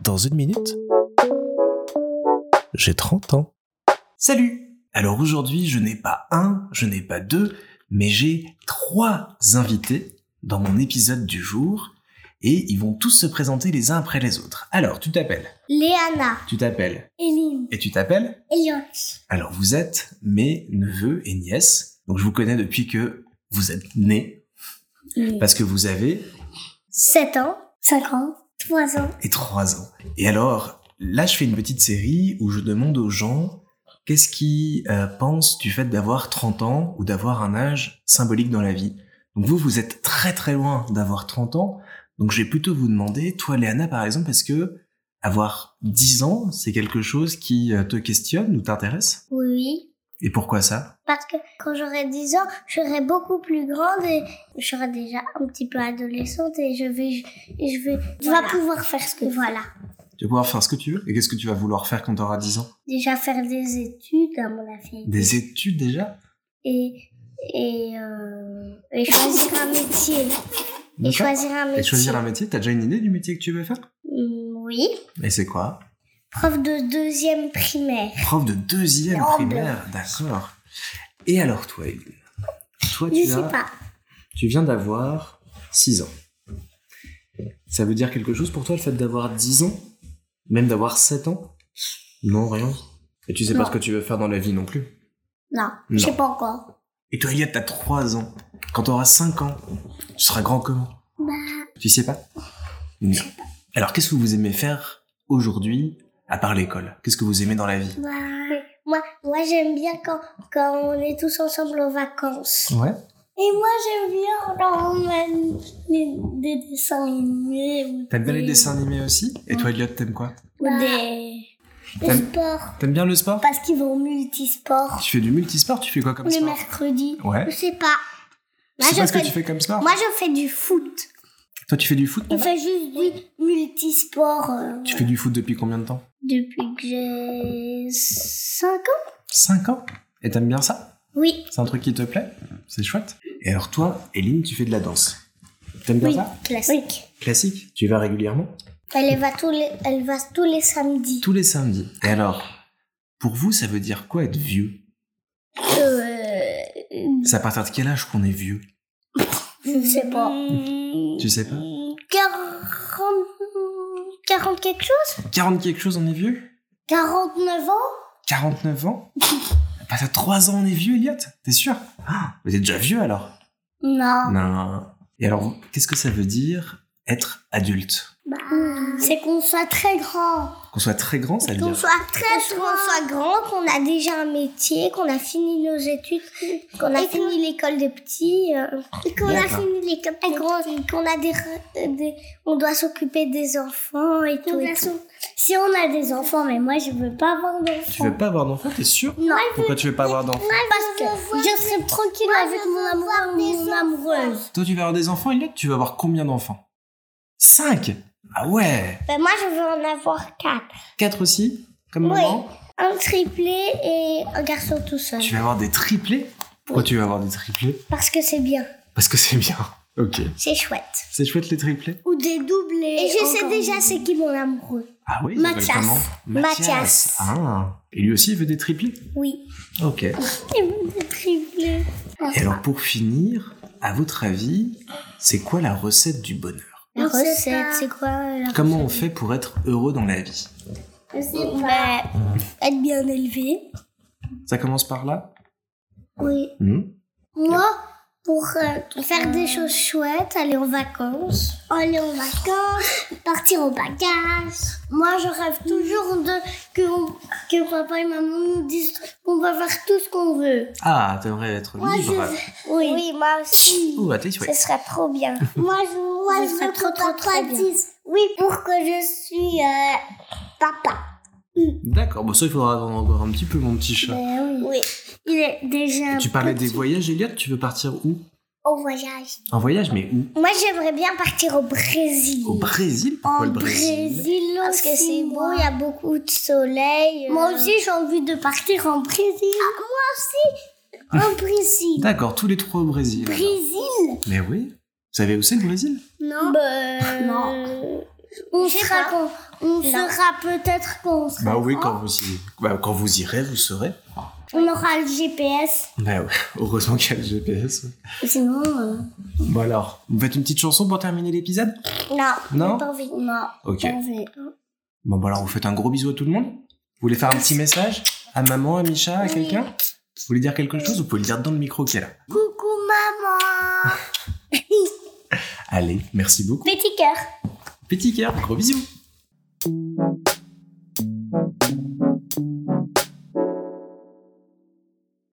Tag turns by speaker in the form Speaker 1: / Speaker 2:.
Speaker 1: Dans une minute, j'ai 30 ans.
Speaker 2: Salut Alors aujourd'hui, je n'ai pas un, je n'ai pas deux, mais j'ai trois invités dans mon épisode du jour et ils vont tous se présenter les uns après les autres. Alors, tu t'appelles
Speaker 3: Léana,
Speaker 2: Tu t'appelles
Speaker 3: Eline,
Speaker 2: Et tu t'appelles
Speaker 3: Eliot,
Speaker 2: Alors vous êtes mes neveux et nièces. Donc je vous connais depuis que vous êtes nés parce que vous avez
Speaker 3: 7 ans, 5 ans, 3 ans.
Speaker 2: et 3 ans. Et alors, là, je fais une petite série où je demande aux gens qu'est-ce qu'ils euh, pensent du fait d'avoir 30 ans ou d'avoir un âge symbolique dans la vie. Donc vous, vous êtes très très loin d'avoir 30 ans. Donc je vais plutôt vous demander, toi Léana par exemple, parce que avoir 10 ans, c'est quelque chose qui euh, te questionne ou t'intéresse
Speaker 3: Oui, oui.
Speaker 2: Et pourquoi ça
Speaker 3: Parce que quand j'aurai 10 ans, je serai beaucoup plus grande et je serai déjà un petit peu adolescente et je vais, et je vais, tu vas pouvoir faire ce que voilà.
Speaker 2: Tu vas pouvoir faire ce que tu veux. Et qu'est-ce que tu vas vouloir faire quand tu auras 10 ans
Speaker 3: Déjà faire des études à mon avis.
Speaker 2: Des études déjà
Speaker 3: Et, et, euh, et choisir un métier. Et
Speaker 2: D'accord.
Speaker 3: choisir un métier.
Speaker 2: Et choisir un métier, t'as déjà une idée du métier que tu veux faire
Speaker 3: Mm, Oui.
Speaker 2: Et c'est quoi
Speaker 3: Prof de deuxième primaire.
Speaker 2: Prof de deuxième
Speaker 3: Oh,
Speaker 2: primaire, d'accord. Et alors toi, Eline Toi,
Speaker 3: Je
Speaker 2: tu,
Speaker 3: sais
Speaker 2: as-
Speaker 3: pas.
Speaker 2: tu viens d'avoir 6 ans. Ça veut dire quelque chose pour toi, le fait d'avoir 10 ans Même d'avoir 7 ans Non, rien. Et tu sais pas
Speaker 3: Non.
Speaker 2: ce que tu veux faire dans la vie non plus.
Speaker 3: Non, je sais
Speaker 2: Non.
Speaker 3: pas encore.
Speaker 2: Et toi, Eliott, t'as 3 ans. Quand t'auras 5 ans, tu seras grand comment
Speaker 3: Bah,
Speaker 2: Tu sais pas Non. Alors, qu'est-ce que vous aimez faire aujourd'hui, à part l'école Qu'est-ce que vous aimez dans la vie
Speaker 3: bah. Moi, moi j'aime bien quand, quand on est tous ensemble aux vacances.
Speaker 2: Ouais.
Speaker 3: Et moi, j'aime bien quand on mène les- des dessins animés ou
Speaker 2: T'aimes bien les
Speaker 3: des-
Speaker 2: dessins animés aussi Et toi,
Speaker 3: Ouais.
Speaker 2: Eliott, t'aimes quoi
Speaker 3: ou des, des
Speaker 2: T'aimes-
Speaker 3: sports.
Speaker 2: T'aimes bien le sport
Speaker 3: Parce qu'ils vont au multisport
Speaker 2: Tu fais du multisport, tu fais quoi comme
Speaker 3: le
Speaker 2: sport
Speaker 3: mercredi.
Speaker 2: Ouais.
Speaker 3: Je sais pas.
Speaker 2: Je
Speaker 3: Moi
Speaker 2: sais
Speaker 3: je,
Speaker 2: pas ce que
Speaker 3: fais,
Speaker 2: tu fais comme sport.
Speaker 3: moi, je fais du foot.
Speaker 2: Toi, tu fais du foot
Speaker 3: On
Speaker 2: Nana
Speaker 3: fait juste du multisport euh,
Speaker 2: Ah Tu fais du foot depuis combien de temps
Speaker 3: depuis que j'ai 5 ans.
Speaker 2: 5 ans. Et t'aimes bien ça
Speaker 3: Oui,
Speaker 2: C'est un truc qui te plaît C'est chouette. Et alors, toi, Eline, tu fais de la danse. T'aimes bien
Speaker 3: oui,
Speaker 2: ça
Speaker 3: classique.
Speaker 2: Classique. Tu y vas régulièrement
Speaker 3: Elle va tous les, elle va tous les samedis.
Speaker 2: Tous les samedis. Et alors, pour vous, ça veut dire quoi être vieux
Speaker 3: Euh,
Speaker 2: C'est à partir de quel âge qu'on est vieux
Speaker 3: je sais pas.
Speaker 2: Tu sais pas
Speaker 3: 40, 40 quelque chose
Speaker 2: 40 quelque chose, on est vieux
Speaker 3: 49 ans
Speaker 2: 49 ans À partir de 3 ans, on est vieux, Elliot T'es sûr Ah, Vous êtes déjà vieux alors
Speaker 3: Non.
Speaker 2: Non. Et alors, qu'est-ce que ça veut dire être adulte
Speaker 3: Bah, c'est qu'on soit très grand.
Speaker 2: Qu'on soit très grand, ça veut
Speaker 3: Qu'on
Speaker 2: dire.
Speaker 3: soit très grand. Qu'on soit grand, qu'on a déjà un métier, qu'on a fini nos études, qu'on a fini l'école des petits. et qu'on
Speaker 2: a
Speaker 3: a
Speaker 2: D'accord.
Speaker 3: fini l'école des grands. Qu'on a des, re- euh, des- On doit s'occuper des enfants et tout. et tout. Si on a des enfants, mais moi je veux pas avoir d'enfants.
Speaker 2: Tu veux pas avoir d'enfant, t'es sûr
Speaker 3: Non.
Speaker 2: Pourquoi tu veux pas avoir d'enfant
Speaker 3: Parce que je serai tranquille avec mon amoureux ou mon amoureuse.
Speaker 2: Toi, tu veux avoir des enfants, Elliot Tu veux avoir combien d'enfants 5 Ah ouais
Speaker 3: Ben moi, je veux en avoir quatre.
Speaker 2: 4 aussi Comme
Speaker 3: Oui.
Speaker 2: maman
Speaker 3: Un triplé et un garçon tout seul.
Speaker 2: Tu veux avoir des triplés Pourquoi tu veux avoir des triplés
Speaker 3: Parce que c'est bien.
Speaker 2: Parce que c'est bien. Ok.
Speaker 3: C'est chouette.
Speaker 2: C'est chouette les triplés
Speaker 3: Ou des doublés. Et je sais
Speaker 4: encore
Speaker 3: déjà c'est qui mon amoureux.
Speaker 2: Ah oui, il s'appelle
Speaker 3: Mathias.
Speaker 2: comment
Speaker 3: Mathias.
Speaker 2: Ah Et lui aussi, il veut des triplés
Speaker 3: Oui.
Speaker 2: Ok. Et
Speaker 3: Il veut des triplés.
Speaker 2: alors, pour finir, à votre avis, c'est quoi la recette du bonheur
Speaker 3: La
Speaker 4: On sait
Speaker 3: recette,
Speaker 4: pas.
Speaker 3: c'est quoi euh, la
Speaker 2: Comment on fait pour être heureux dans la vie
Speaker 3: recette Bah, Être bien élevé.
Speaker 2: Ça commence par là
Speaker 3: Oui.
Speaker 2: Hmm.
Speaker 3: Moi, pour euh, faire des choses chouettes, aller en vacances. Aller en vacances, partir au bagage. Moi, je rêve toujours de que, on- que papa et maman nous disent qu'on va faire tout ce qu'on veut.
Speaker 2: Ah, t'aimerais être
Speaker 3: Moi, je
Speaker 2: libre Oh, bah,
Speaker 3: Oui, moi aussi.
Speaker 2: Ouh, attention.
Speaker 3: Ce serait trop bien. moi, je,
Speaker 4: Moi, je veux que papa dise oui pour que je suis euh, papa.
Speaker 2: D'accord, bon ça il faudra attendre encore un petit peu mon petit chat.
Speaker 3: Ben oui. Il est déjà.
Speaker 2: Tu parlais des voyages Elliot, tu veux partir où
Speaker 3: Au voyage.
Speaker 2: En voyage mais où
Speaker 3: Moi, j'aimerais bien partir au Brésil.
Speaker 2: Au Brésil
Speaker 3: En
Speaker 2: Pourquoi le Brésil,
Speaker 3: Parce que c'est
Speaker 4: moi.
Speaker 3: beau, il y a beaucoup de soleil. euh. Moi aussi, j'ai envie de partir en Brésil. moi aussi, au Brésil.
Speaker 2: D'accord, tous les trois au Brésil. alors.
Speaker 3: Brésil
Speaker 2: Mais oui. Vous savez où c'est le Brésil
Speaker 3: Non. non. euh, On
Speaker 4: Je sais
Speaker 3: sera,
Speaker 4: pas.
Speaker 3: qu'on- on
Speaker 4: Non.
Speaker 3: sera peut-être qu'on sera-
Speaker 2: Bah oui, quand vous, y... bah, quand vous irez, vous saurez.
Speaker 3: on aura le GPS.
Speaker 2: Bah ouais, heureusement qu'il y a le GPS. ouais.
Speaker 3: Sinon, euh,
Speaker 2: Bon alors, vous faites une petite chanson pour terminer l'épisode
Speaker 3: non,
Speaker 2: Non
Speaker 3: pas envie. Non,
Speaker 2: Ok.
Speaker 3: pas envie.
Speaker 2: Bon bah alors, vous faites un gros bisou à tout le monde. Vous voulez faire un petit message à maman, à Micha, à
Speaker 3: Oui.
Speaker 2: quelqu'un Vous voulez dire quelque chose Vous pouvez le dire dans le micro qui est là.
Speaker 3: Coucou maman.
Speaker 2: Allez, merci beaucoup.
Speaker 3: Petit cœur.
Speaker 2: Petit cœur, gros bisous.